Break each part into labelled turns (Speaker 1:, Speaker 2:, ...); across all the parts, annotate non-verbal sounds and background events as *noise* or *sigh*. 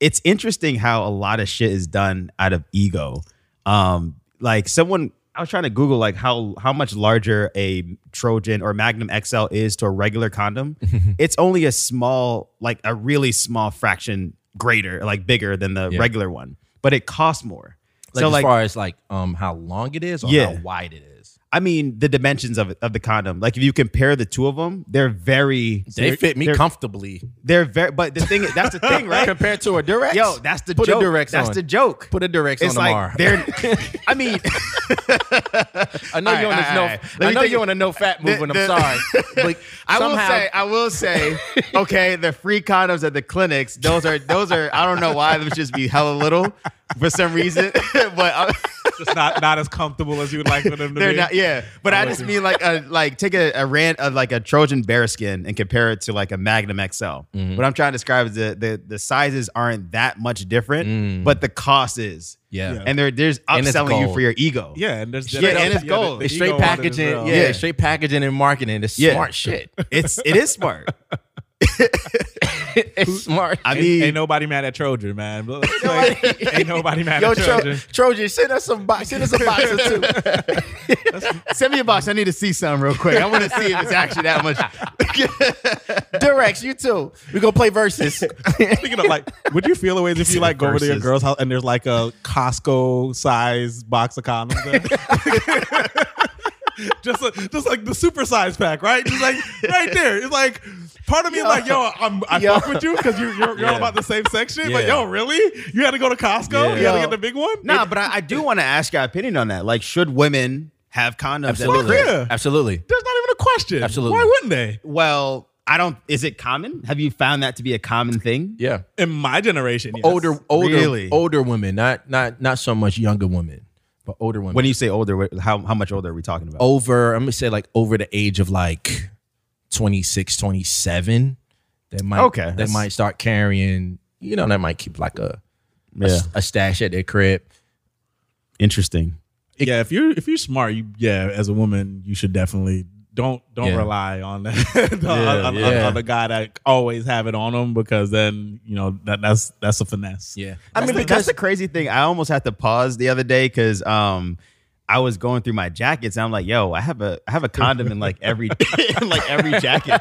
Speaker 1: it's interesting how a lot of shit is done out of ego. Um, like someone I was trying to Google like how how much larger a Trojan or Magnum XL is to a regular
Speaker 2: *laughs*
Speaker 1: condom. it's only a small, like a really small fraction greater, like bigger than the
Speaker 2: Yeah.
Speaker 1: regular one, but it costs more.
Speaker 2: Like
Speaker 1: so
Speaker 2: as
Speaker 1: like
Speaker 2: far as like um how long it is or
Speaker 1: Yeah.
Speaker 2: how wide it is.
Speaker 1: I mean the dimensions of it, of the condom. Like if you compare the two of them, they're very
Speaker 2: They fit me
Speaker 1: they're-
Speaker 2: comfortably
Speaker 1: They're very but the thing that's the
Speaker 2: *laughs*
Speaker 1: thing, right?
Speaker 2: compared to a Durex.
Speaker 1: Yo, that's the
Speaker 2: Put a
Speaker 1: joke.
Speaker 2: Durex
Speaker 1: that's
Speaker 2: on.
Speaker 1: the joke.
Speaker 2: Put a Durex
Speaker 1: it's
Speaker 2: on
Speaker 1: like
Speaker 2: Amar.
Speaker 1: they're I mean
Speaker 2: I know
Speaker 1: All
Speaker 2: you're
Speaker 1: *laughs* right,
Speaker 2: on this
Speaker 1: all right,
Speaker 2: no.
Speaker 1: all right. Let
Speaker 2: I
Speaker 1: me
Speaker 2: know
Speaker 1: take
Speaker 2: you're
Speaker 1: it-
Speaker 2: on a no fat
Speaker 1: the-
Speaker 2: movement.
Speaker 1: the- *laughs*
Speaker 2: I'm sorry, but
Speaker 1: I will *laughs*
Speaker 2: somehow-
Speaker 1: say, I will say, okay, the free condoms at the clinics, those are those are I don't know why those just be hella little for some reason, *laughs* but I,
Speaker 3: Just not not as comfortable as you would like for them to
Speaker 1: they're
Speaker 3: be.
Speaker 1: not. Yeah, but I just mean like a like take a, a rant of like a Trojan bear skin and compare it to like a Magnum XL. What I'm trying to describe is the the, the sizes aren't that much different, but the cost is.
Speaker 2: Yeah.
Speaker 1: and they're there's
Speaker 2: And it's
Speaker 1: upselling you
Speaker 2: gold.
Speaker 1: for your ego.
Speaker 3: Yeah, and there's
Speaker 1: Yeah, and it's
Speaker 3: the-
Speaker 1: gold.
Speaker 3: the
Speaker 2: It's
Speaker 3: ego
Speaker 2: straight
Speaker 3: on it as
Speaker 2: packaging,
Speaker 3: well.
Speaker 2: yeah,
Speaker 1: Yeah.
Speaker 2: straight packaging and marketing. It's
Speaker 1: Yeah.
Speaker 2: smart shit.
Speaker 1: it's it is smart.
Speaker 2: it's smart.
Speaker 1: I
Speaker 3: Ain't,
Speaker 1: mean,
Speaker 3: ain't nobody mad at Trojan, man. *laughs* Like, ain't nobody mad
Speaker 2: Yo,
Speaker 3: at Trojan.
Speaker 2: Tro- Trojan, send us some box. Send us a
Speaker 1: *laughs*
Speaker 2: box or two.
Speaker 1: send me a box. I need to see some real quick. I want to see if it's actually that much. *laughs*
Speaker 2: Durex, you too. We gonna play versus.
Speaker 3: Speaking of like, would you feel always if you like go over to your
Speaker 1: Versus.
Speaker 3: girl's house and there's like a Costco size box of condoms? there? *laughs* just a, just like the super size pack, right? Just like right there. It's like part of me is like, yo, I'm, I
Speaker 2: Yo.
Speaker 3: fuck with you because you, you're, you're all
Speaker 2: Yeah.
Speaker 3: about the same section. But
Speaker 2: Yeah.
Speaker 3: yo, really? You had to go to Costco?
Speaker 2: Yeah.
Speaker 3: You had to
Speaker 2: Yo.
Speaker 3: get the big one?
Speaker 1: Nah, but I, I do want to ask your opinion on that. Like, should women have condoms? at the
Speaker 2: Absolutely.
Speaker 1: crib?
Speaker 3: yeah.
Speaker 2: Absolutely.
Speaker 3: There's not even a question.
Speaker 2: Absolutely.
Speaker 3: Why wouldn't they?
Speaker 1: Well, I don't. Is it common? Have you found that to be a common thing?
Speaker 2: Yeah.
Speaker 3: In my generation, yes.
Speaker 2: Older, older,
Speaker 1: Really?
Speaker 2: older women. Not, not, not so much younger women, but older women.
Speaker 1: When you say older, wh- how how much older are we talking
Speaker 2: Oh,
Speaker 1: about?
Speaker 2: over, I'm gonna say like over the age of like 26, 27, that might,
Speaker 1: Okay.
Speaker 2: that
Speaker 1: That's-
Speaker 2: might start carrying. You know, that might keep like a, a
Speaker 1: yeah,
Speaker 2: s- a stash at their crib.
Speaker 1: interesting.
Speaker 3: yeah, if you're if you're smart, you yeah, as a woman, you should definitely don't don't
Speaker 2: Yeah.
Speaker 3: rely on *laughs* that on, on- on-
Speaker 2: yeah.
Speaker 3: on the guy that always have it on him because then you know that that's that's a finesse.
Speaker 2: Yeah.
Speaker 1: I mean, that's the crazy thing. I almost had to pause the other day because um, I was going through my jackets and I'm like, yo, I have a I have a condom in like every *laughs* in like every jacket,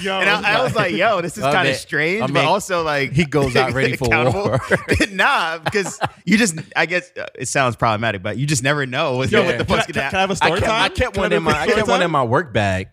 Speaker 3: Yo,
Speaker 1: and I, I was like, yo, this is
Speaker 2: I
Speaker 1: kind of
Speaker 2: mean-
Speaker 1: strange,
Speaker 2: I
Speaker 1: but
Speaker 2: mean,
Speaker 1: also like
Speaker 2: he goes
Speaker 1: *laughs*
Speaker 2: out ready for
Speaker 1: accountable.
Speaker 2: war.
Speaker 1: nah, because you just I guess uh, it sounds problematic, but you just never know what,
Speaker 3: yo,
Speaker 1: what the
Speaker 3: can I-
Speaker 1: fuck's
Speaker 3: can,
Speaker 1: gonna
Speaker 3: I have
Speaker 1: happen.
Speaker 3: a
Speaker 2: I
Speaker 3: story
Speaker 2: kept,
Speaker 3: time?
Speaker 2: I kept
Speaker 3: Can
Speaker 2: one
Speaker 3: do
Speaker 2: in
Speaker 3: a
Speaker 2: my I
Speaker 3: story
Speaker 2: kept one
Speaker 3: time?
Speaker 2: in my work bag.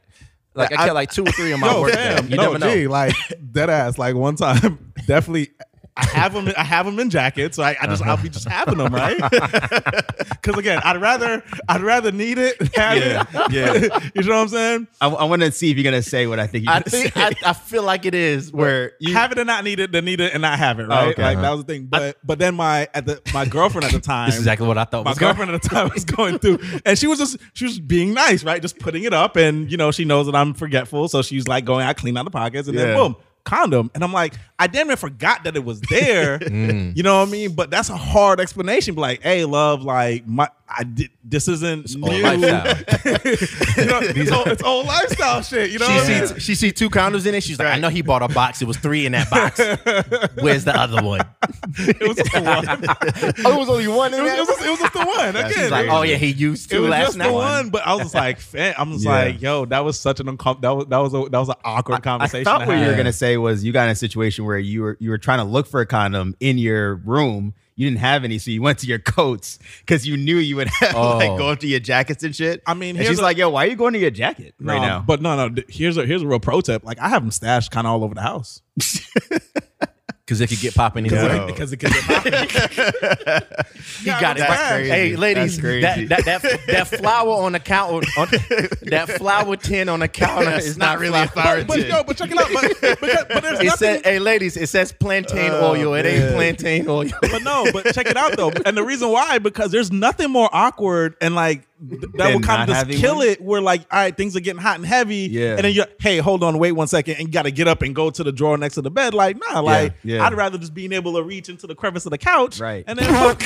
Speaker 2: Like I,
Speaker 1: I-
Speaker 2: kept like two or three in my
Speaker 3: *laughs* Yo,
Speaker 2: work
Speaker 3: fam,
Speaker 2: bag. You
Speaker 3: no,
Speaker 2: never know.
Speaker 3: G, like dead ass. Like one time, *laughs* definitely. I have them. I have them in jackets. So I, I just I'll be just having them,
Speaker 2: *laughs*
Speaker 3: right? *laughs* Because again, I'd rather I'd rather need it. Have it.
Speaker 1: yeah.
Speaker 3: *laughs* you know what I'm saying?
Speaker 1: I, I want to see if you're gonna say what I think. You're
Speaker 2: I
Speaker 1: gonna
Speaker 2: think
Speaker 1: say.
Speaker 2: I, I feel like it is where
Speaker 1: where you
Speaker 3: have it and not need it, then need it and not have it, right?
Speaker 1: okay. Uh-huh.
Speaker 3: Like that was the thing. But but then my at the my girlfriend at the *laughs* time.
Speaker 2: this is exactly what I thought.
Speaker 3: my
Speaker 2: was going-
Speaker 3: girlfriend at the time was going through, and she was just she was being nice, right? Just putting it up, and you know she knows that I'm forgetful, so she's like going, I clean out the pockets, and
Speaker 1: Yeah.
Speaker 3: then boom, condom, and I'm like, I damn near forgot that it was
Speaker 2: *laughs*
Speaker 3: there.
Speaker 1: Mm.
Speaker 3: You know what I mean? But that's a hard explanation. But like, hey, love, like my I did this isn't new.
Speaker 2: old lifestyle.
Speaker 3: *laughs* you know, it's, old, it's old lifestyle shit. You know,
Speaker 2: She
Speaker 3: what I mean? *laughs*
Speaker 2: sees she see two condoms in it. She's like, I know he bought a box. It was three in that box. Where's the other one?
Speaker 3: *laughs* it was just the one.
Speaker 2: Oh, it was only one
Speaker 3: It was, it was just, it was just the one. Again,
Speaker 2: She's like, oh yeah, he used
Speaker 3: It
Speaker 2: two
Speaker 3: was
Speaker 2: last
Speaker 3: just
Speaker 2: night.
Speaker 3: the one, but I was just like, fam, I'm just
Speaker 1: Yeah.
Speaker 3: like, yo, that was such an uncomfortable. That was that was a, that was an awkward
Speaker 1: I
Speaker 3: conversation.
Speaker 1: thought
Speaker 3: to
Speaker 1: what you
Speaker 3: have.
Speaker 1: were gonna say was you got in a situation where you were you were trying to look for a condom in your room. You didn't have any, so you went to your coats because you knew you would have *laughs*
Speaker 2: Oh.
Speaker 1: like going to your jackets and shit.
Speaker 3: I mean,
Speaker 1: and
Speaker 3: here's
Speaker 1: she's
Speaker 3: a-
Speaker 1: like, "Yo, why are you going to your jacket
Speaker 3: No,
Speaker 1: right now?"
Speaker 3: But no, no. th- Here's a here's a real pro tip. Like I have them stashed kind of all over the house
Speaker 2: Because if you get popping,
Speaker 3: because
Speaker 2: yeah.
Speaker 3: it, because it could get poppy.
Speaker 2: he got
Speaker 1: That's
Speaker 2: it. back.
Speaker 1: crazy.
Speaker 2: Hey, ladies,
Speaker 1: That's crazy.
Speaker 2: That, that that that flower on the counter, on, that flower tin on the counter
Speaker 1: That's
Speaker 2: is
Speaker 1: not
Speaker 2: not
Speaker 1: really a
Speaker 2: flower.
Speaker 1: flower
Speaker 3: but, but yo, but check it out. But, but, but there's
Speaker 2: It
Speaker 3: nothing.
Speaker 2: said, "Hey, ladies, it says plantain
Speaker 1: Oh,
Speaker 2: oil.
Speaker 3: *laughs*
Speaker 2: It ain't plantain oil."
Speaker 3: but no, but check it out though. And the reason why because there's nothing more awkward and like th- that
Speaker 1: Than
Speaker 3: will kind
Speaker 1: not
Speaker 3: of just
Speaker 1: having
Speaker 3: kill
Speaker 1: one?
Speaker 3: it. Where like, all right, things are getting hot and heavy.
Speaker 1: Yeah.
Speaker 3: And then you're, hey, hold on, wait one second, and you got to get up and go to the drawer next to the bed. Like, nah, like
Speaker 1: yeah.
Speaker 3: I'd rather just being able to reach into the crevice of the couch.
Speaker 1: *laughs* Right.
Speaker 3: And then.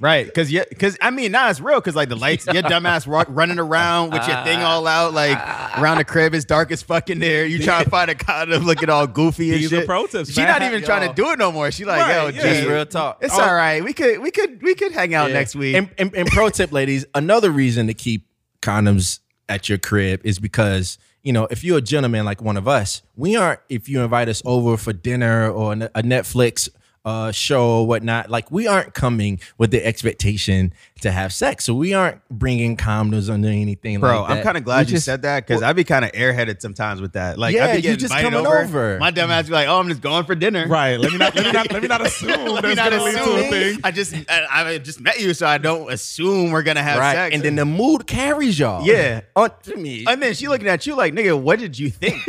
Speaker 1: Right, because you, because I mean, nah, it's real. Because like the lights, your dumbass walk, running around with your thing all out, like
Speaker 3: Ah.
Speaker 1: around the crib, it's dark as fucking there. You trying to find a condom looking all goofy and
Speaker 3: These
Speaker 1: shit.
Speaker 3: are protests,
Speaker 1: She
Speaker 3: man.
Speaker 1: not even trying to do it no more. She like,
Speaker 3: Right,
Speaker 1: yo,
Speaker 3: yeah.
Speaker 1: G,
Speaker 3: Just
Speaker 4: real talk.
Speaker 1: It's
Speaker 4: Oh.
Speaker 1: all right. We could, we could, we could hang out
Speaker 4: Yeah.
Speaker 1: next week.
Speaker 2: And, and, and pro tip, ladies, another reason to keep condoms at your crib is because you know if you're a gentleman like one of us, we aren't. If you invite us over for dinner or n- a Netflix uh, show or whatnot, like we aren't coming with the expectation to have sex, so we aren't bringing condoms under anything.
Speaker 1: Bro,
Speaker 2: like
Speaker 1: I'm
Speaker 2: that.
Speaker 1: kind of
Speaker 2: We
Speaker 1: glad you
Speaker 2: just-
Speaker 1: said that because I'd be kind of airheaded sometimes with that. Like,
Speaker 2: Yeah,
Speaker 1: I'd
Speaker 2: you
Speaker 1: be getting
Speaker 2: just
Speaker 1: invited
Speaker 2: coming
Speaker 1: over.
Speaker 2: over.
Speaker 1: My dumb ass be like, oh, I'm just going for dinner.
Speaker 3: Right. Let me not let me not let me not assume
Speaker 1: Let me not
Speaker 3: that's gonna lead to a thing.
Speaker 1: assume. I just, I, I just met you, so I don't assume we're gonna have
Speaker 2: right,
Speaker 1: sex.
Speaker 2: and then the mood carries y'all.
Speaker 1: Yeah.
Speaker 2: on to me.
Speaker 1: And then she looking at you like, nigga, what did you think?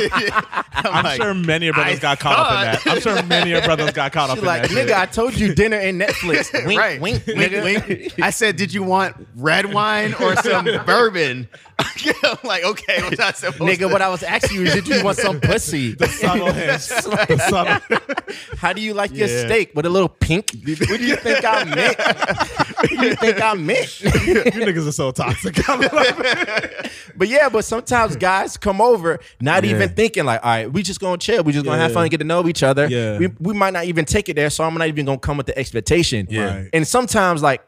Speaker 1: I'm,
Speaker 3: I'm
Speaker 1: like,
Speaker 3: sure many of brothers
Speaker 1: I
Speaker 3: got caught up in that. I'm sure many of brothers got caught up
Speaker 2: She
Speaker 3: in
Speaker 2: like,
Speaker 3: that. shit.
Speaker 2: nigga, I told you dinner and Netflix. *laughs* *laughs* Wink,
Speaker 1: right.
Speaker 2: wink,
Speaker 1: wink, *laughs*
Speaker 2: nigga. *laughs*
Speaker 1: wink. I said, did you want red wine or some bourbon? *laughs* I'm like, okay, what's I supposed
Speaker 2: Nigga,
Speaker 1: to-
Speaker 2: what I was asking you is, did you want some pussy?
Speaker 1: *laughs*
Speaker 3: subtle hints. The subtle-
Speaker 2: How do you like your
Speaker 3: Yeah.
Speaker 2: steak with a little
Speaker 3: *laughs*
Speaker 2: pink? What do you think I meant? what do you think I meant?
Speaker 3: you niggas are so toxic. *laughs*
Speaker 1: *laughs*
Speaker 3: I'm like,
Speaker 2: *laughs* but yeah, but sometimes guys come over not
Speaker 3: Yeah.
Speaker 2: even thinking like, all right, we just gonna chill, we just gonna have
Speaker 3: Yeah.
Speaker 2: fun, and get to know each other.
Speaker 3: Yeah.
Speaker 2: We, we might not even take it there, so I'm not even gonna come with the expectation.
Speaker 3: Yeah. Right.
Speaker 2: And sometimes like.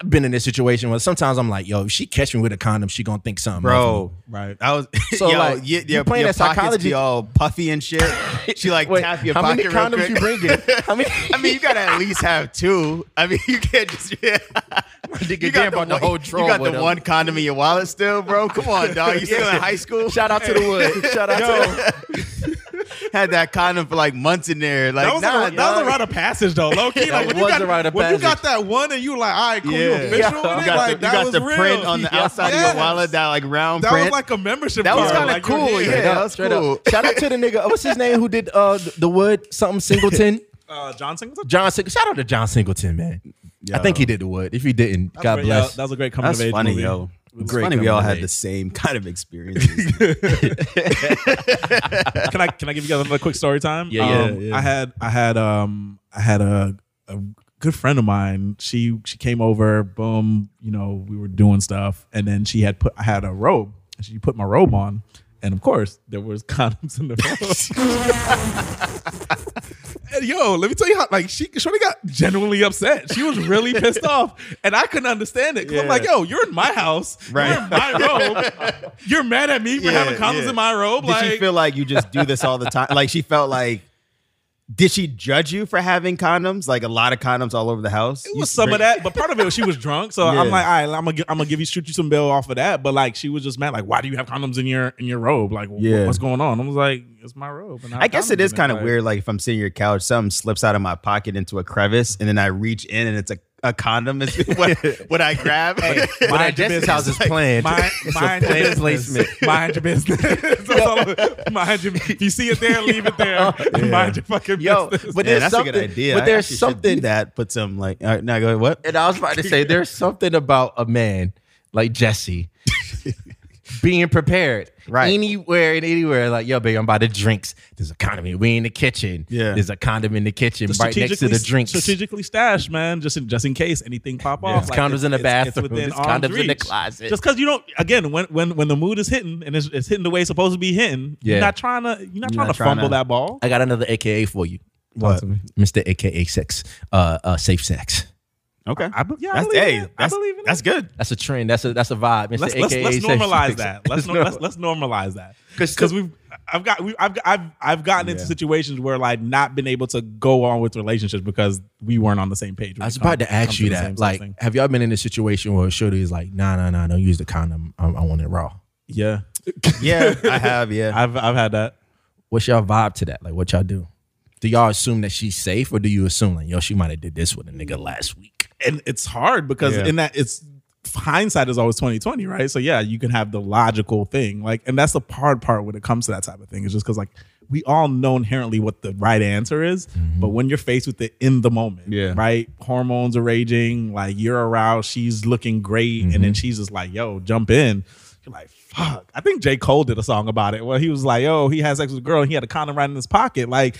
Speaker 2: I've been in this situation where sometimes I'm like, yo, if she catch me with a condom, she gonna think something. of
Speaker 1: Bro,
Speaker 2: me.
Speaker 3: Right.
Speaker 1: I was *laughs*
Speaker 2: So,
Speaker 1: yo,
Speaker 2: like,
Speaker 1: you,
Speaker 2: you
Speaker 1: your,
Speaker 2: playing
Speaker 1: your
Speaker 2: that
Speaker 1: pockets
Speaker 2: psychology-
Speaker 1: be all puffy and shit. She like
Speaker 2: Wait,
Speaker 1: tap your
Speaker 2: how many
Speaker 1: pocket real
Speaker 2: condoms
Speaker 1: quick.
Speaker 2: you bringing? How many?
Speaker 1: *laughs* I
Speaker 2: *laughs*
Speaker 1: mean, you gotta at least have two. I mean, you can't just. *laughs* Yeah.
Speaker 2: Nigga,
Speaker 1: You
Speaker 2: damn,
Speaker 1: got, the,
Speaker 2: about to
Speaker 1: one,
Speaker 2: hold
Speaker 1: you
Speaker 2: drawer
Speaker 1: got
Speaker 2: with
Speaker 1: the
Speaker 2: him.
Speaker 1: one condom in your wallet still, bro. Come on, dog.
Speaker 2: *laughs*
Speaker 1: You still in high school?
Speaker 2: Shout out to the wood.
Speaker 1: *laughs*
Speaker 2: Shout out to the
Speaker 1: Had that condom for like months in there. Like,
Speaker 3: that was,
Speaker 1: nah,
Speaker 3: a, that was a
Speaker 1: dog.
Speaker 3: rite of passage, though.
Speaker 1: *laughs*
Speaker 3: Low key,
Speaker 2: That
Speaker 3: like, when,
Speaker 2: was
Speaker 3: you got,
Speaker 2: a rite of
Speaker 3: when you got
Speaker 2: passage.
Speaker 3: that one and you were like, all right, cool, you
Speaker 1: Yeah.
Speaker 3: official
Speaker 2: Yeah.
Speaker 1: *laughs*
Speaker 3: with
Speaker 1: You
Speaker 3: it?
Speaker 1: got
Speaker 3: Like,
Speaker 1: the, you
Speaker 3: that
Speaker 1: got
Speaker 3: was
Speaker 1: the
Speaker 3: real.
Speaker 1: print on the
Speaker 2: Yeah.
Speaker 1: outside of
Speaker 3: *laughs* Yes.
Speaker 1: your wallet, that like round
Speaker 3: That was
Speaker 1: print.
Speaker 3: like a membership
Speaker 1: That was
Speaker 3: card.
Speaker 1: kinda
Speaker 3: Like, you're
Speaker 1: cool,
Speaker 3: here.
Speaker 1: yeah. that was
Speaker 2: Straight up.
Speaker 1: cool.
Speaker 2: Shout out to the nigga. What's his name? Who did uh the, the wood something Singleton?
Speaker 3: Uh, John Singleton?
Speaker 2: John Sing- Shout out to John Singleton, man. I think he did the wood. If he didn't, God
Speaker 3: Great,
Speaker 2: bless.
Speaker 3: yeah, that was a great coming
Speaker 1: That's
Speaker 3: of age
Speaker 1: funny,
Speaker 3: movie.
Speaker 1: yo. It's
Speaker 2: Great
Speaker 1: funny we all
Speaker 2: coming
Speaker 1: had
Speaker 2: of age.
Speaker 1: the *laughs* same kind of experiences.
Speaker 3: *laughs* can I can I give you guys another quick story time?
Speaker 2: Yeah, yeah,
Speaker 3: Um, I had I had um I had a, a good friend of mine. She she came over. Boom, you know we were doing stuff, and then she had put I had a robe. and She put my robe on, and of course there was *laughs* condoms in the robe. *laughs* And yo, let me tell you how like she Shorty got genuinely upset. She was really
Speaker 1: *laughs*
Speaker 3: pissed off, and I couldn't understand it. 'cause I'm
Speaker 1: Yeah.
Speaker 3: like, yo, you're in my house,
Speaker 1: Right.
Speaker 3: You're in my
Speaker 1: *laughs*
Speaker 3: robe. You're mad at me for
Speaker 1: Yeah,
Speaker 3: having condoms
Speaker 1: yeah.
Speaker 3: in my robe.
Speaker 1: did
Speaker 3: like,
Speaker 1: she feel like you just do this all the time? Like she felt like. Did she judge you for having condoms? Like a lot of condoms all over the house.
Speaker 3: It
Speaker 1: You
Speaker 3: was some
Speaker 1: bring-
Speaker 3: of that, but part of it was she was drunk. So
Speaker 1: Yeah.
Speaker 3: I'm like, all right, I'm gonna I'm gonna give you shoot you some bail off of that. But like she was just mad, like, why do you have condoms in your in your robe? Like, wh-
Speaker 1: Yeah.
Speaker 3: what's going on? I was like, it's my robe. And
Speaker 1: I guess it
Speaker 3: have
Speaker 1: is
Speaker 3: condoms in
Speaker 1: kind of
Speaker 3: Like,
Speaker 1: weird. Like if I'm sitting on your couch, something slips out of my pocket into a crevice, and then I reach in and it's a, a condom. Is *laughs* what, what I grab.
Speaker 2: But I
Speaker 3: Mind your
Speaker 2: guess this
Speaker 3: business.
Speaker 2: house is planned.
Speaker 3: Mind, mind your business.
Speaker 2: placement.
Speaker 3: *laughs* Mind your business. That's all I'm- mind your. If you see it there, leave it there.
Speaker 1: *laughs*
Speaker 3: Mind your fucking
Speaker 2: Yo,
Speaker 3: business.
Speaker 2: but
Speaker 1: yeah,
Speaker 2: there's
Speaker 1: that's a
Speaker 2: something.
Speaker 1: good idea.
Speaker 2: But
Speaker 1: I
Speaker 2: there's
Speaker 1: actually should do
Speaker 2: something
Speaker 1: that put some like. All right, now go ahead, what?
Speaker 2: And I was about to say,
Speaker 1: *laughs*
Speaker 2: there's something about a man like Jesse being prepared.
Speaker 1: Right.
Speaker 2: Anywhere and anywhere, like, yo, babe, I'm about to drinks. There's a condom. in- We in the kitchen.
Speaker 1: Yeah.
Speaker 2: There's a condom in the kitchen right next to
Speaker 3: Strategically-
Speaker 2: the drinks.
Speaker 3: Strategically stashed, man, just in, just in case anything pop off.
Speaker 2: There's condoms in the bathroom.
Speaker 3: within
Speaker 2: There's
Speaker 3: arm's
Speaker 2: condoms in the
Speaker 3: reach.
Speaker 2: closet.
Speaker 3: Just because you don't, again, when when when the mood is hitting and it's, it's hitting the way it's supposed to be hitting,
Speaker 2: Yeah.
Speaker 3: you're not trying to you're not trying
Speaker 1: not
Speaker 3: to
Speaker 1: trying
Speaker 3: fumble
Speaker 1: to-
Speaker 3: that ball.
Speaker 2: I got another AKA for you.
Speaker 1: What?
Speaker 2: Mr. AKA sex, uh, uh, safe sex.
Speaker 1: Okay.
Speaker 3: I, be- yeah, I
Speaker 1: that's
Speaker 3: believe
Speaker 1: hey,
Speaker 3: in it. I
Speaker 1: that's,
Speaker 3: believe in
Speaker 1: that's
Speaker 3: it. *laughs*
Speaker 1: good.
Speaker 2: That's a trend. That's a that's a vibe. Mr.
Speaker 3: Let's
Speaker 2: AKA
Speaker 3: let's, let's
Speaker 2: safe
Speaker 3: normalize
Speaker 2: sex. *laughs*
Speaker 3: that. Let's, no, let's let's normalize that
Speaker 2: 'Cause-
Speaker 3: because we've I've got we, I've I've I've gotten into
Speaker 1: Yeah.
Speaker 3: situations where like not been able to go on with relationships because we weren't on the same page. when
Speaker 2: I was
Speaker 3: it come-
Speaker 2: about to
Speaker 3: comes
Speaker 2: ask you
Speaker 3: the
Speaker 2: that.
Speaker 3: same
Speaker 2: Like,
Speaker 3: thing.
Speaker 2: have y'all been in a situation where Shorty is like, nah, nah, nah, don't use the condom. I, I want it raw.
Speaker 3: yeah,
Speaker 1: Yeah, I have. Yeah.
Speaker 3: I've I've had that.
Speaker 2: what's y'all vibe to that? Like, what y'all do? Do y'all assume that she's safe, or do you assume like, yo, she might have did this with a nigga last week?
Speaker 3: and it's hard because
Speaker 1: Yeah.
Speaker 3: in that it's hindsight is always 2020 right so yeah you can have the logical thing like and that's the hard part when it comes to that type of thing is just because like we all know inherently what the right answer is but when you're faced with it in the moment
Speaker 1: Mm-hmm. Yeah.
Speaker 3: right hormones are raging like you're aroused she's looking great and
Speaker 1: Mm-hmm.
Speaker 3: then she's just like yo jump in you're like fuck i think j cole did a song about it where he was like yo he had sex with a girl and he had a condom right in his pocket like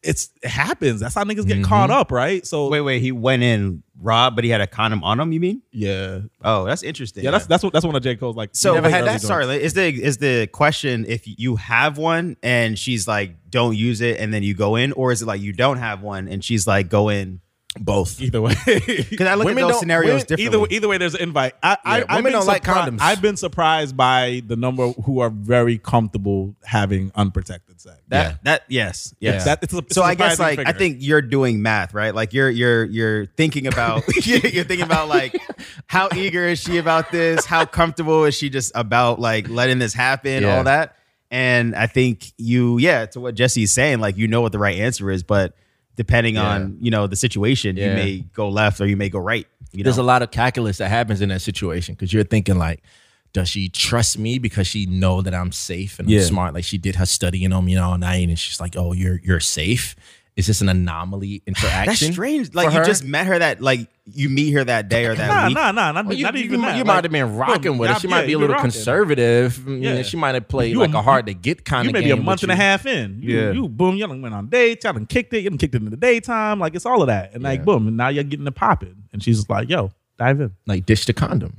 Speaker 3: it's it happens. That's how niggas get caught up, right? So
Speaker 1: Mm-hmm. Wait, wait. He went in raw, but he had a condom on him. You mean?
Speaker 3: yeah,
Speaker 1: Oh, that's interesting.
Speaker 3: yeah. That's that's what that's one of J Cole's like.
Speaker 1: so.
Speaker 3: he never had
Speaker 1: that,
Speaker 3: early
Speaker 1: sorry,
Speaker 3: joints.
Speaker 1: is the is the question if you have one and she's like, don't use it, and then you go in, or is it like you don't have one and she's like, go in?
Speaker 2: Both.
Speaker 3: Either
Speaker 1: *laughs*
Speaker 3: way,
Speaker 1: Because I look
Speaker 2: Women
Speaker 1: at those
Speaker 2: don't-
Speaker 1: scenarios
Speaker 2: women-
Speaker 1: differently.
Speaker 3: *laughs* either either way, there's an invite. I, I
Speaker 2: Yeah,
Speaker 3: I've
Speaker 2: women
Speaker 3: been
Speaker 2: don't like
Speaker 3: surpri-
Speaker 2: condoms.
Speaker 3: I've been surprised by the number who are very comfortable having unprotected sex.
Speaker 1: that
Speaker 2: Yeah.
Speaker 1: that yes yes.
Speaker 2: Yeah.
Speaker 3: That- it's a- it's
Speaker 1: so
Speaker 3: a
Speaker 1: I guess like
Speaker 3: surprising
Speaker 1: I
Speaker 3: figure.
Speaker 1: think you're doing math, right? Like you're you're you're thinking about *laughs* you're thinking about like how eager is she about this? How comfortable is she just about like letting this happen?
Speaker 2: Yeah.
Speaker 1: All that. And I think you, yeah, to what Jesse's saying, like you know what the right answer is, but depending
Speaker 2: Yeah.
Speaker 1: on you know the situation, you
Speaker 2: Yeah.
Speaker 1: may go left or you may go right. You know,
Speaker 2: There's a lot of calculus that happens in that situation because you're thinking like, does she trust me because she know that I'm safe and
Speaker 3: Yeah.
Speaker 2: I'm smart? Like she did her studying on me all night, and she's like, "Oh, you're you're safe." Is this an *sighs* anomaly
Speaker 1: that's
Speaker 2: interaction?
Speaker 1: strange. Like you
Speaker 2: her?
Speaker 1: just met her that like you meet her that day or that
Speaker 3: Nah,
Speaker 1: week.
Speaker 3: nah, nah, not,
Speaker 2: Well, you,
Speaker 3: not
Speaker 2: you-
Speaker 3: even
Speaker 2: you
Speaker 3: that.
Speaker 2: might
Speaker 3: Like,
Speaker 2: have been rocking with
Speaker 3: yeah,
Speaker 2: her. She might
Speaker 3: yeah,
Speaker 2: be a
Speaker 3: you've
Speaker 2: little
Speaker 3: been rocking.
Speaker 2: conservative. You know,
Speaker 3: Yeah.
Speaker 2: she might have played
Speaker 3: You
Speaker 2: like
Speaker 3: a-
Speaker 2: a hard to get kind
Speaker 3: You
Speaker 2: of.
Speaker 3: may be a
Speaker 2: game
Speaker 3: month
Speaker 2: with
Speaker 3: and a
Speaker 2: you.
Speaker 3: half in. You,
Speaker 1: Yeah.
Speaker 3: you boom, you done went on dates, y'all done kicked it, you done kicked it in the daytime. Like it's all of that. And like
Speaker 2: Yeah.
Speaker 3: boom, and now you're getting it popping. And she's just like, yo, dive in.
Speaker 2: Like dish the condom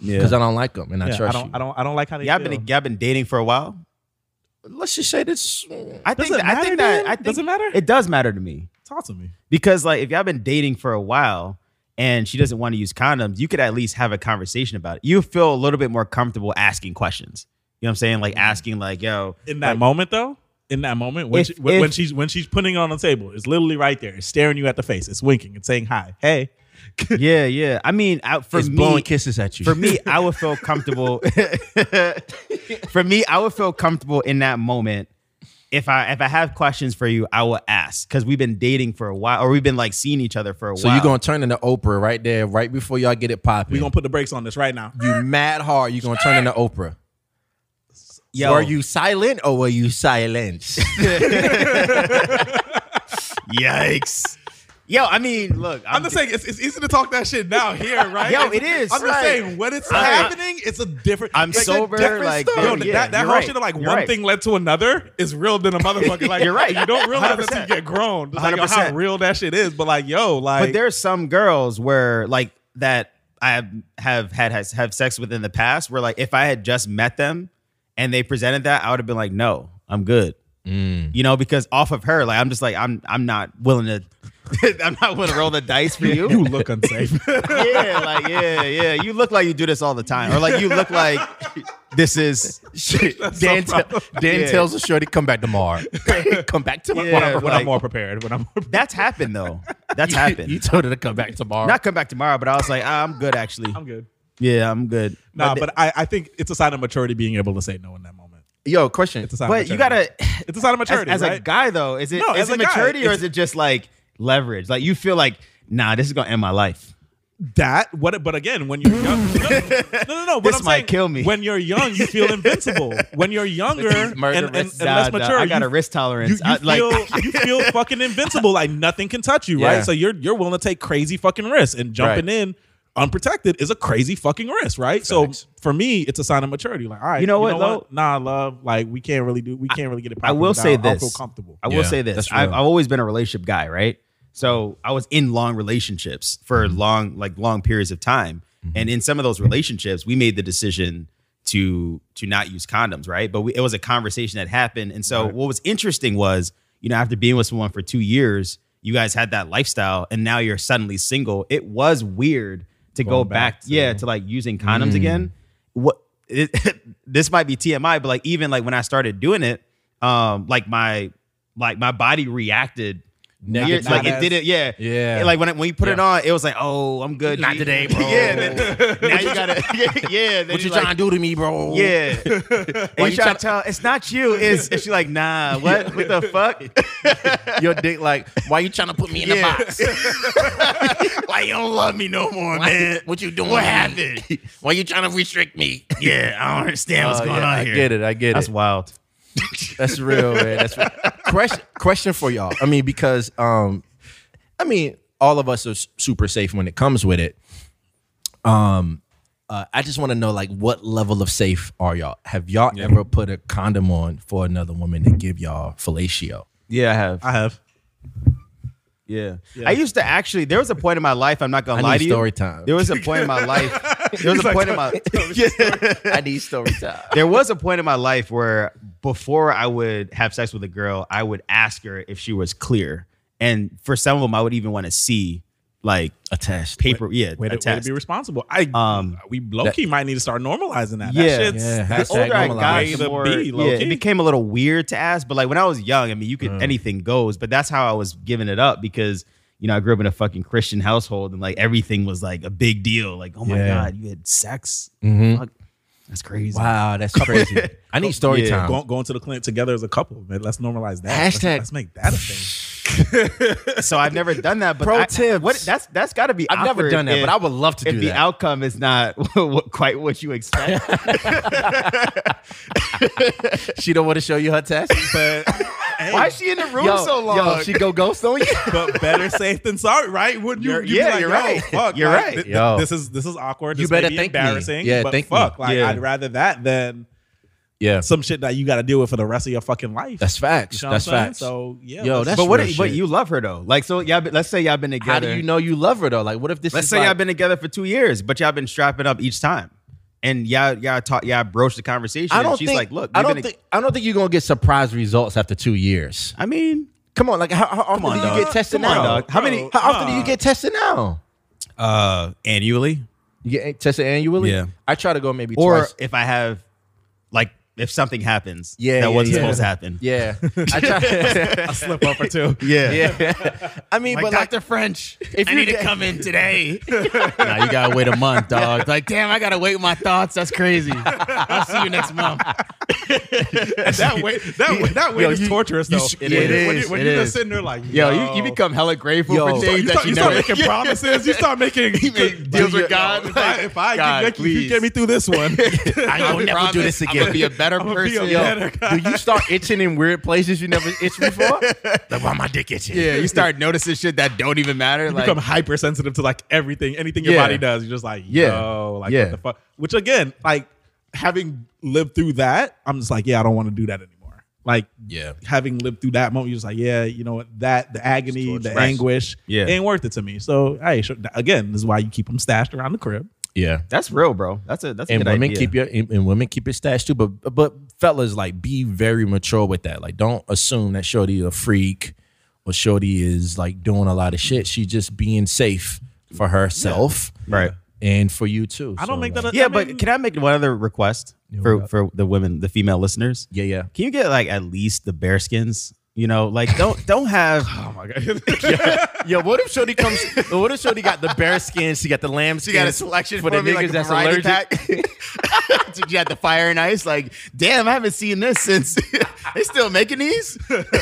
Speaker 1: Yeah,
Speaker 2: because I don't like them and I
Speaker 3: Yeah, I
Speaker 2: trust
Speaker 3: don't
Speaker 2: you.
Speaker 3: I don't I don't like how they
Speaker 1: yeah. I've
Speaker 3: feel.
Speaker 1: been y'all been dating for a while.
Speaker 2: Let's just say this.
Speaker 1: I
Speaker 3: Does
Speaker 1: think
Speaker 3: it
Speaker 1: that, I
Speaker 3: matter
Speaker 1: think
Speaker 3: to
Speaker 1: that
Speaker 3: him?
Speaker 1: I think
Speaker 3: Does it matter?
Speaker 1: It does matter to me
Speaker 3: talk to me.
Speaker 1: because like if y'all been dating for a while and she doesn't want to use condoms, you could at least have a conversation about it. You feel a little bit more comfortable asking questions. You know what I'm saying?
Speaker 2: Mm-hmm.
Speaker 1: Like asking like, "Yo,
Speaker 3: In that
Speaker 1: like,
Speaker 3: moment though, in that moment, when,
Speaker 1: If-
Speaker 3: she, when,
Speaker 1: if-
Speaker 3: when she's when she's putting it on the table, it's literally right there. It's staring you at the face. It's winking. It's saying hi. Hey.
Speaker 1: yeah, yeah." I mean, I, for
Speaker 2: it's
Speaker 1: me,
Speaker 2: blowing kisses at you.
Speaker 1: for me, I would feel
Speaker 2: *laughs*
Speaker 1: comfortable. for me, I would feel comfortable in that moment. If I if I have questions for you, I will ask because we've been dating for a while, or we've been like seeing each other for a
Speaker 2: so
Speaker 1: while.
Speaker 2: you're gonna turn into Oprah right there, right before y'all get it popping.
Speaker 3: We're gonna put the brakes on this right now.
Speaker 2: you mad hard. You're gonna turn into Oprah.
Speaker 1: Yo.
Speaker 2: Were you silent or were
Speaker 1: *laughs*
Speaker 2: you silenced?
Speaker 1: Yikes. Yo, I mean, look,
Speaker 3: I'm just saying it's, it's easy to talk that shit
Speaker 1: *laughs*
Speaker 3: now here, right?
Speaker 1: Yo, it is,
Speaker 3: I'm just
Speaker 1: right.
Speaker 3: saying when it's
Speaker 1: I-
Speaker 3: happening, it's a different.
Speaker 1: I'm
Speaker 3: it's a
Speaker 1: sober,
Speaker 3: different
Speaker 1: like,
Speaker 3: stuff.
Speaker 1: yo,
Speaker 3: Yo,
Speaker 1: yeah,
Speaker 3: that, that
Speaker 1: you're
Speaker 3: whole
Speaker 1: right.
Speaker 3: shit of like
Speaker 1: You're
Speaker 3: one
Speaker 1: right.
Speaker 3: thing led to another is real than a
Speaker 1: *laughs*
Speaker 3: motherfucker. Like
Speaker 1: You're right.
Speaker 3: You don't realize that until
Speaker 1: 100%.
Speaker 3: you
Speaker 1: *laughs*
Speaker 3: get grown. Just like yo, how
Speaker 1: 100%.
Speaker 3: real that shit is. But like, yo, like
Speaker 1: but there's some girls where like that I have, have had has, have sex with in the past where like if I had just met them and they presented that, I would have been like, no, I'm good. You know, because off of her, like I'm just like I'm I'm not willing to *laughs* I'm not willing to roll the dice for you.
Speaker 3: *laughs* you look unsafe.
Speaker 1: yeah, *laughs* like yeah, yeah. You look like you do this all the time, or like you look like this is *laughs*
Speaker 2: *laughs* Dan,
Speaker 3: no
Speaker 2: tell- Dan
Speaker 1: Yeah.
Speaker 2: tells the shorty, "Come
Speaker 1: *laughs*
Speaker 2: back tomorrow. *laughs* come back tomorrow."
Speaker 1: Yeah,
Speaker 3: when
Speaker 1: like-
Speaker 3: I'm more prepared. When I'm more prepared.
Speaker 1: that's happened though. That's
Speaker 2: You
Speaker 1: happened.
Speaker 2: told her to come back tomorrow.
Speaker 1: Not come back tomorrow, but I was like, ah, I'm good actually.
Speaker 3: I'm good.
Speaker 1: Yeah, I'm good.
Speaker 3: Nah,
Speaker 1: the-
Speaker 3: but, I, I think it's a sign of maturity being able to say no in that moment.
Speaker 2: Yo, question.
Speaker 3: It's a sign
Speaker 1: but
Speaker 3: of
Speaker 1: you
Speaker 3: maturity.
Speaker 1: gotta
Speaker 3: It's a sign
Speaker 1: *sighs*
Speaker 3: of
Speaker 1: as,
Speaker 3: maturity,
Speaker 1: as
Speaker 3: right?
Speaker 1: a guy though is it
Speaker 3: No,
Speaker 1: is
Speaker 3: as
Speaker 1: it
Speaker 3: a guy,
Speaker 1: maturity or
Speaker 3: it's-
Speaker 1: is it just like leverage like you feel like nah this is gonna end my life
Speaker 3: that what but again when you're
Speaker 1: *laughs*
Speaker 3: young no no no, no but
Speaker 1: This
Speaker 3: I'm
Speaker 1: might
Speaker 3: saying,
Speaker 1: kill me.
Speaker 3: when you're young you feel
Speaker 1: *laughs*
Speaker 3: invincible when you're younger and, and, and less
Speaker 1: Nah, nah,
Speaker 3: mature
Speaker 1: uh, i got
Speaker 3: you,
Speaker 1: a risk uh,
Speaker 3: you, you
Speaker 1: tolerance I,
Speaker 3: feel you feel
Speaker 1: *laughs*
Speaker 3: fucking invincible like nothing can touch you
Speaker 2: Yeah.
Speaker 3: right so you're you're willing to take crazy fucking risks and jumping
Speaker 2: Right.
Speaker 3: in unprotected is a crazy fucking risk right
Speaker 2: Facts.
Speaker 3: so for me it's a sign of maturity like all right
Speaker 1: You know what, though?
Speaker 3: nah love like we can't really do we can't really get it
Speaker 1: I will say
Speaker 3: properly down. I don't
Speaker 1: this.
Speaker 3: feel comfortable
Speaker 1: I will
Speaker 2: Yeah,
Speaker 1: say this.
Speaker 2: that's
Speaker 1: I've,
Speaker 2: real.
Speaker 1: I've always been a relationship guy, right? So I was in long relationships for long, like long periods of time. And in some of those relationships, we made the decision to to not use condoms, right? But we, it was a conversation that happened. And so what was interesting was, you know, after being with someone for two years, you guys had that lifestyle, and now you're suddenly single. It was weird to go
Speaker 3: Going
Speaker 1: back,
Speaker 3: back to-
Speaker 1: yeah, to like using condoms again. What *laughs* it, this might be TMI, but like even like when I started doing it, um, like my like my body reacted.
Speaker 2: Neg-
Speaker 1: weird.
Speaker 2: not
Speaker 1: like it
Speaker 3: as-
Speaker 1: didn't, yeah,
Speaker 2: Yeah.
Speaker 1: It- like when it, when you put it on, it was like, oh, I'm good.
Speaker 2: Not
Speaker 1: G. *laughs*
Speaker 2: today, bro.
Speaker 1: yeah, then, now you gotta, yeah, yeah.
Speaker 4: *laughs*
Speaker 1: Then
Speaker 2: what Oh. you
Speaker 1: you're *laughs* like,
Speaker 2: trying to do to me, bro?
Speaker 1: Yeah, and
Speaker 2: Why
Speaker 1: you
Speaker 2: you
Speaker 1: try
Speaker 2: tryna-
Speaker 1: to tell it's not you. Is and she like, nah, what, what the fuck?
Speaker 2: Your dick, like, why you trying to put me in
Speaker 1: Yeah.
Speaker 2: a box? *laughs* why you don't love me no more, man? What you doing? What happened?
Speaker 4: *laughs*
Speaker 2: why you trying to restrict me?
Speaker 1: yeah, I don't understand what's going on here.
Speaker 2: I get it. I get
Speaker 1: That's
Speaker 2: it.
Speaker 1: wild.
Speaker 2: That's real, man. That's real. question. Question for y'all. I mean, because um, I mean, all of us are s- super safe when it comes with it. Um, uh, I just want to know, like, what level of safe are y'all? Have y'all ever put a condom on for another woman to give y'all fellatio?
Speaker 1: Yeah, I have.
Speaker 3: I have
Speaker 1: Yeah. I used to actually. There was a point in my life. I'm not gonna lie
Speaker 2: I
Speaker 1: to
Speaker 2: need
Speaker 1: you.
Speaker 2: story time.
Speaker 1: There was a point in my life. There was a point in my.
Speaker 4: I need story time.
Speaker 1: There was a point in my life where before I would have sex with a girl, I would ask her if she was clear, and for some of them, I would even want to see like
Speaker 2: a test.
Speaker 1: paper. yeah,
Speaker 3: Way
Speaker 1: a
Speaker 3: to, way to
Speaker 1: test.
Speaker 3: be responsible. I
Speaker 1: Um,
Speaker 3: we low key might need to start normalizing that.
Speaker 1: Yeah.
Speaker 3: that shit's,
Speaker 2: Yeah.
Speaker 1: the
Speaker 2: Hashtag
Speaker 1: older I got,
Speaker 2: normalize.
Speaker 1: the
Speaker 3: Way to
Speaker 1: more,
Speaker 3: be,
Speaker 1: yeah,
Speaker 3: low-key.
Speaker 1: it became a little weird to ask. But like when I was young, I mean, you could anything goes. But that's how I was giving it up because you know I grew up in a fucking Christian household and like everything was like a big deal. Like oh my
Speaker 2: Yeah.
Speaker 1: god, you had sex?
Speaker 2: Mhm.
Speaker 1: Fuck. That's crazy.
Speaker 2: Wow, that's crazy. I need story
Speaker 1: Yeah.
Speaker 2: time.
Speaker 3: Go- Going, to the clinic together as a couple, man. Let's normalize that. Let's-
Speaker 2: Hashtag-
Speaker 3: Let's, make that
Speaker 2: *laughs*
Speaker 3: a thing.
Speaker 1: So I've never done that. But
Speaker 2: Pro
Speaker 1: I-
Speaker 2: tips.
Speaker 1: What that's that's got to be.
Speaker 2: I've never
Speaker 1: awkward
Speaker 2: done that,
Speaker 1: if-
Speaker 2: but I would love to
Speaker 1: if
Speaker 2: do
Speaker 1: the
Speaker 2: that.
Speaker 1: outcome is not *laughs* what, quite what you
Speaker 2: *laughs*
Speaker 1: expect,
Speaker 2: she don't want to show you her test.
Speaker 3: But hey,
Speaker 1: why is she in the room
Speaker 4: yo,
Speaker 1: so long?
Speaker 4: yo, she go ghost on you.
Speaker 3: but better safe than sorry, right? Wouldn't you?
Speaker 1: You're-
Speaker 3: you'd be
Speaker 1: yeah,
Speaker 3: like,
Speaker 1: you're
Speaker 3: "Yo,
Speaker 1: right.
Speaker 3: Fuck,
Speaker 1: You're
Speaker 3: like,
Speaker 1: right.
Speaker 3: th- th-
Speaker 2: Yo.
Speaker 3: This is this is awkward.
Speaker 2: You
Speaker 3: This
Speaker 2: better
Speaker 3: may be
Speaker 2: thank me.
Speaker 3: embarrassing.
Speaker 2: Yeah,
Speaker 3: but
Speaker 2: thank me.
Speaker 3: fuck, like
Speaker 1: Yeah.
Speaker 3: I'd rather that than
Speaker 2: yeah,
Speaker 3: some shit that you got to deal with for the rest of your fucking life.
Speaker 2: that's facts.
Speaker 3: You know
Speaker 2: that's
Speaker 3: what I'm saying?
Speaker 2: facts.
Speaker 3: So yeah,
Speaker 2: Yo,
Speaker 3: let's-
Speaker 2: that's
Speaker 1: but what?
Speaker 2: real
Speaker 1: if- But
Speaker 2: shit.
Speaker 1: you love her though. Like so, y'all. been- Let's say y'all been together.
Speaker 2: How do you know you love her though? Like, what if this
Speaker 1: Let's
Speaker 2: is
Speaker 1: say
Speaker 2: like,
Speaker 1: y'all been together for two years, but y'all been strapping up each time, and y'all y'all talk y'all broached the conversation.
Speaker 2: I don't
Speaker 1: and she's
Speaker 2: think.
Speaker 1: like, look,
Speaker 2: I
Speaker 1: we've
Speaker 2: don't
Speaker 1: been-
Speaker 2: think. I don't think you're gonna get surprise results after two years.
Speaker 1: I mean,
Speaker 2: Come on, like how, how often
Speaker 1: on,
Speaker 2: do you
Speaker 1: dog.
Speaker 2: get tested
Speaker 1: Come on,
Speaker 2: now?
Speaker 1: dog. How many-
Speaker 2: How often do you get tested now?
Speaker 1: uh, annually,
Speaker 2: You get tested annually.
Speaker 1: Yeah.
Speaker 2: I try to go maybe
Speaker 1: or
Speaker 2: twice.
Speaker 1: if I have, like, if something happens, that
Speaker 2: Yeah, yeah,
Speaker 1: wasn't
Speaker 2: yeah.
Speaker 1: supposed to happen.
Speaker 2: Yeah, I *laughs* try.
Speaker 3: a slip up or two?
Speaker 1: Yeah,
Speaker 2: yeah, I mean, but like,
Speaker 4: French,
Speaker 2: if you get-
Speaker 4: in today. *laughs* nah, you gotta wait a month, dog. Like, damn, I gotta wait my thoughts.
Speaker 2: *laughs*
Speaker 4: That's crazy. I'll see you next month.
Speaker 3: that way,
Speaker 2: *laughs*
Speaker 3: that way, that way
Speaker 2: Yo,
Speaker 3: is
Speaker 2: you-
Speaker 3: torturous
Speaker 2: you
Speaker 3: though.
Speaker 2: sh- it
Speaker 3: when you- when
Speaker 4: is,
Speaker 3: you- when
Speaker 4: it
Speaker 3: you're just
Speaker 4: is.
Speaker 3: sitting there like,
Speaker 4: Yo, you, you become hella grateful
Speaker 2: Yo.
Speaker 4: for things
Speaker 3: you
Speaker 4: that
Speaker 3: start,
Speaker 4: you,
Speaker 3: you start
Speaker 4: never. *laughs*
Speaker 3: making promises. You start making
Speaker 4: He made deals with
Speaker 3: Yo,
Speaker 4: God.
Speaker 3: If I, if I
Speaker 4: God,
Speaker 3: get, if you
Speaker 4: please.
Speaker 3: get me through this one,
Speaker 4: *laughs* I will
Speaker 3: *laughs*
Speaker 4: never do this again. I'm gonna be a better
Speaker 3: I'ma be a
Speaker 4: person.
Speaker 3: better
Speaker 4: Yo,
Speaker 2: do you start itching in weird places you never
Speaker 1: *laughs*
Speaker 2: itched before? like why my dick itching?
Speaker 4: Yeah, you start noticing shit that don't even matter. like,
Speaker 3: become hypersensitive to like everything, anything your
Speaker 2: Yeah.
Speaker 3: body does. You're just like,
Speaker 2: Yeah.
Speaker 3: yo, like
Speaker 2: Yeah.
Speaker 3: what the fuck? Which again, like having lived through that, I'm just like, yeah, I don't want to do that anymore. Like,
Speaker 2: Yeah.
Speaker 3: having lived through that moment, you're just like, yeah, you know what? That the agony, the
Speaker 1: Right.
Speaker 3: anguish,
Speaker 1: Yeah.
Speaker 3: ain't worth it to me. So, hey, sure, again, this is why you keep them stashed around the crib.
Speaker 2: Yeah.
Speaker 1: that's real, bro. That's a that's a
Speaker 2: and
Speaker 1: good
Speaker 2: women
Speaker 1: idea.
Speaker 2: keep your and, and women keep your stash too. But but fellas, like be very mature with that. Like don't assume that Shorty a freak or Shorty is like doing a lot of shit. She just being safe for herself,
Speaker 1: Right.
Speaker 2: And for you too.
Speaker 3: I don't
Speaker 2: So,
Speaker 3: make that.
Speaker 2: like,
Speaker 3: A,
Speaker 1: Yeah,
Speaker 3: I
Speaker 1: but
Speaker 3: mean,
Speaker 1: can I make one other request for for the women, the female listeners?
Speaker 2: yeah,
Speaker 4: *laughs*
Speaker 2: yeah.
Speaker 1: Can you get like at least the bear skins? You know, like don't don't have
Speaker 3: *laughs* oh my god,
Speaker 2: Yo, what if Shorty comes? what if Shorty got the bear skin? She got the lamb skin.
Speaker 4: She got a selection
Speaker 2: For
Speaker 4: for,
Speaker 2: the
Speaker 4: me,
Speaker 2: niggas
Speaker 4: like a
Speaker 2: that's
Speaker 4: variety
Speaker 2: allergic.
Speaker 4: pack. Did you have the fire and ice? Like, damn, I haven't seen this
Speaker 1: *laughs*
Speaker 4: since. they still making these?
Speaker 2: *laughs*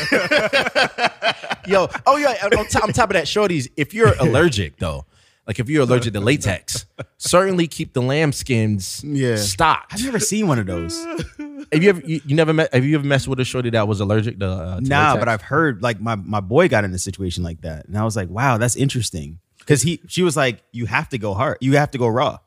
Speaker 2: Yo, oh yeah. and On top, on top of that, shorties, if you're allergic though, like if you're allergic to latex, certainly keep the lamb skins
Speaker 4: Yeah.
Speaker 2: stocked.
Speaker 1: I've never seen one of those.
Speaker 2: Have you ever you, you never met? Have you ever messed with a shorty that was allergic to? Uh, to
Speaker 1: Nah,
Speaker 2: latex?
Speaker 1: but I've heard like my my boy got in a situation like that, and I was like, wow, that's interesting. Because he she was like, you have to go hard, you have to go raw.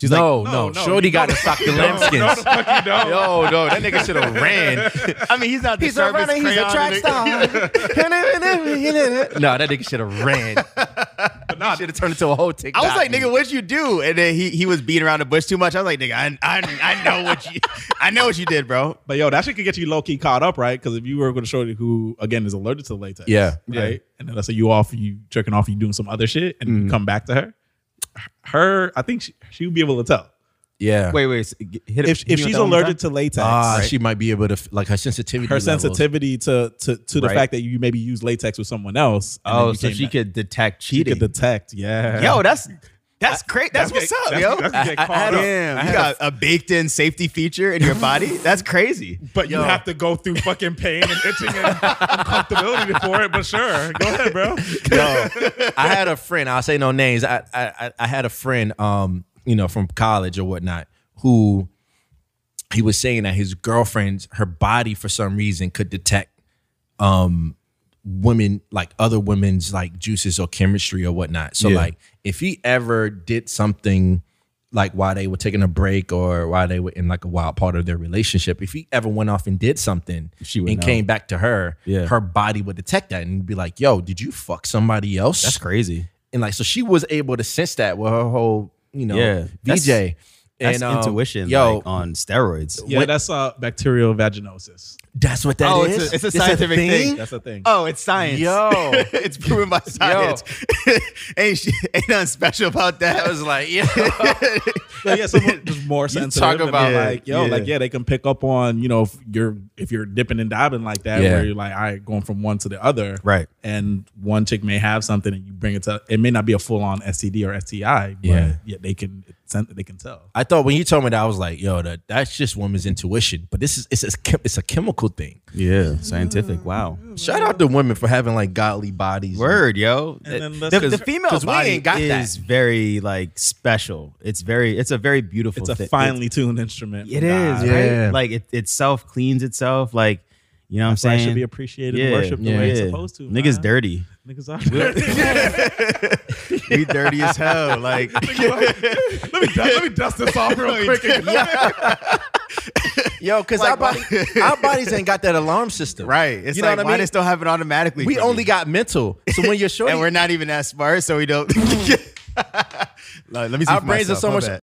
Speaker 1: She's
Speaker 2: no,
Speaker 1: like,
Speaker 2: no,
Speaker 3: no,
Speaker 2: Shorty got to stock the lamb skins. Yo, no, that nigga should have ran.
Speaker 4: I mean, he's not the
Speaker 2: He's a
Speaker 4: service
Speaker 2: runner. He's a
Speaker 4: crayon
Speaker 2: track
Speaker 4: in the-
Speaker 2: star.
Speaker 4: *laughs*
Speaker 2: no, that nigga should have ran. should have turned into a whole TikTok.
Speaker 4: I was like, nigga, what'd you do? And then he, he was beating around the bush too much. I was like, nigga, I, I, I know what you I know what you did, bro.
Speaker 3: But yo, that shit could get you low key caught up, right? Because if you were going to show you who again is allergic to latex,
Speaker 2: Yeah.
Speaker 3: right. And then let's say you off, you jerking off, you doing some other shit, and
Speaker 1: Mm.
Speaker 3: you come back to her. Her, I think she, she would be able to tell
Speaker 2: yeah.
Speaker 1: wait, wait, s- g- hit it-
Speaker 3: if,
Speaker 1: hit
Speaker 3: if
Speaker 1: me with
Speaker 3: she's
Speaker 1: that one more
Speaker 3: allergic
Speaker 1: time.
Speaker 3: to latex.
Speaker 2: Ah,
Speaker 3: right?
Speaker 2: she might be able to f- like her sensitivity.
Speaker 3: her
Speaker 2: levels.
Speaker 3: sensitivity to to to the
Speaker 1: Right.
Speaker 3: fact that you maybe use latex with someone else. and then
Speaker 1: oh,
Speaker 3: you
Speaker 1: so
Speaker 3: came
Speaker 1: she
Speaker 3: back.
Speaker 1: could detect
Speaker 3: she
Speaker 1: cheating.
Speaker 3: could detect. Yeah,
Speaker 1: yo, that's that's great. That's,
Speaker 3: That's
Speaker 1: what's
Speaker 3: get-
Speaker 1: up,
Speaker 3: that's-
Speaker 1: yo.
Speaker 3: that's get
Speaker 1: I- I had *laughs*
Speaker 3: caught up.
Speaker 1: a-
Speaker 4: You got a baked in safety feature in your body? That's crazy.
Speaker 3: but you have to go through fucking pain and itching and uncomfortability for it. But sure, go ahead, bro.
Speaker 1: *laughs*
Speaker 2: Yo, I had a friend. I'll say no names. I, I I- I had a friend, um, you know, from college or whatnot, who he was saying that his girlfriend's her body for some reason could detect, um, women like other women's like juices or chemistry or whatnot. So like, if he ever did something like why they were taking a break or why they were in like a wild part of their relationship. If he ever went off and did something
Speaker 1: She would
Speaker 2: and
Speaker 1: know.
Speaker 2: came back to her,
Speaker 1: Yeah.
Speaker 2: her body would detect that and be like, "Yo, did you fuck somebody else?"
Speaker 1: That's crazy.
Speaker 2: and like so she was able to sense that with her whole you know
Speaker 1: Yeah.
Speaker 2: VJ
Speaker 1: That's
Speaker 2: um,
Speaker 1: intuition,
Speaker 2: Yo,
Speaker 1: like, on steroids.
Speaker 3: Yeah, that's uh, bacterial vaginosis.
Speaker 2: that's what that is.
Speaker 1: Oh, it's a- it's a scientific thing?
Speaker 3: That's a thing.
Speaker 1: Oh, it's science. *laughs*
Speaker 2: Yo.
Speaker 1: it's proven *laughs* by science. ain't shit- ain't nothing special about that.
Speaker 2: I was like,
Speaker 1: *laughs*
Speaker 2: yeah,
Speaker 3: yeah, yeah, someone *laughs* just more sensitive.
Speaker 2: talk
Speaker 3: and they're
Speaker 2: about,
Speaker 3: like, yo,
Speaker 1: yeah.
Speaker 3: like yeah, they can pick up on you know if you're if you're dipping and diving like that,
Speaker 2: Yeah.
Speaker 3: where you're like, all right, going from one to the other,
Speaker 1: Right.
Speaker 3: And one chick may have something, and you bring it to. It may not be a full on STD or STI, but
Speaker 2: Yeah.
Speaker 3: yeah, they can they can tell.
Speaker 2: I thought when you told me that, I was like, yo, that, that's just women's intuition. But this is it's a, chem- it's a chemical thing.
Speaker 1: Yeah, scientific. Wow.
Speaker 2: Shout out to women for having like godly
Speaker 1: *laughs*
Speaker 2: bodies.
Speaker 1: Word, yo.
Speaker 3: And then
Speaker 1: the,
Speaker 3: that's-
Speaker 1: the
Speaker 3: 'cause-
Speaker 1: female
Speaker 2: 'cause we
Speaker 1: body
Speaker 2: ain't got that.
Speaker 1: is very like special. It's very it's a very beautiful
Speaker 3: It's a
Speaker 1: thi-
Speaker 3: finely tuned instrument.
Speaker 1: It is,
Speaker 3: God.
Speaker 1: right?
Speaker 2: Yeah.
Speaker 1: Like it, it self cleans itself. Like, you know what
Speaker 3: That's
Speaker 1: I'm
Speaker 3: why it
Speaker 1: saying?
Speaker 3: should be appreciated and worshipped the
Speaker 2: yeah.
Speaker 3: way it's supposed to.
Speaker 1: Niggas
Speaker 3: man.
Speaker 1: dirty.
Speaker 3: Niggas are.
Speaker 1: we dirty as hell. *laughs* Like
Speaker 3: *laughs* let, me, let me dust this off real quick.
Speaker 2: Yo, because
Speaker 1: *laughs*
Speaker 2: our,
Speaker 1: Like,
Speaker 2: body, our bodies ain't got that alarm system.
Speaker 1: right. It's
Speaker 2: You know
Speaker 1: like
Speaker 2: what I
Speaker 1: why
Speaker 2: mean?
Speaker 1: they still have it automatically.
Speaker 2: We
Speaker 1: for me?
Speaker 2: only got mental. So
Speaker 1: *laughs*
Speaker 2: when you're short, *laughs*
Speaker 1: and we're not even that smart, so we don't. Like, let me see
Speaker 2: our
Speaker 1: for
Speaker 2: brains are
Speaker 1: myself.
Speaker 2: so
Speaker 1: My
Speaker 2: much
Speaker 1: bad.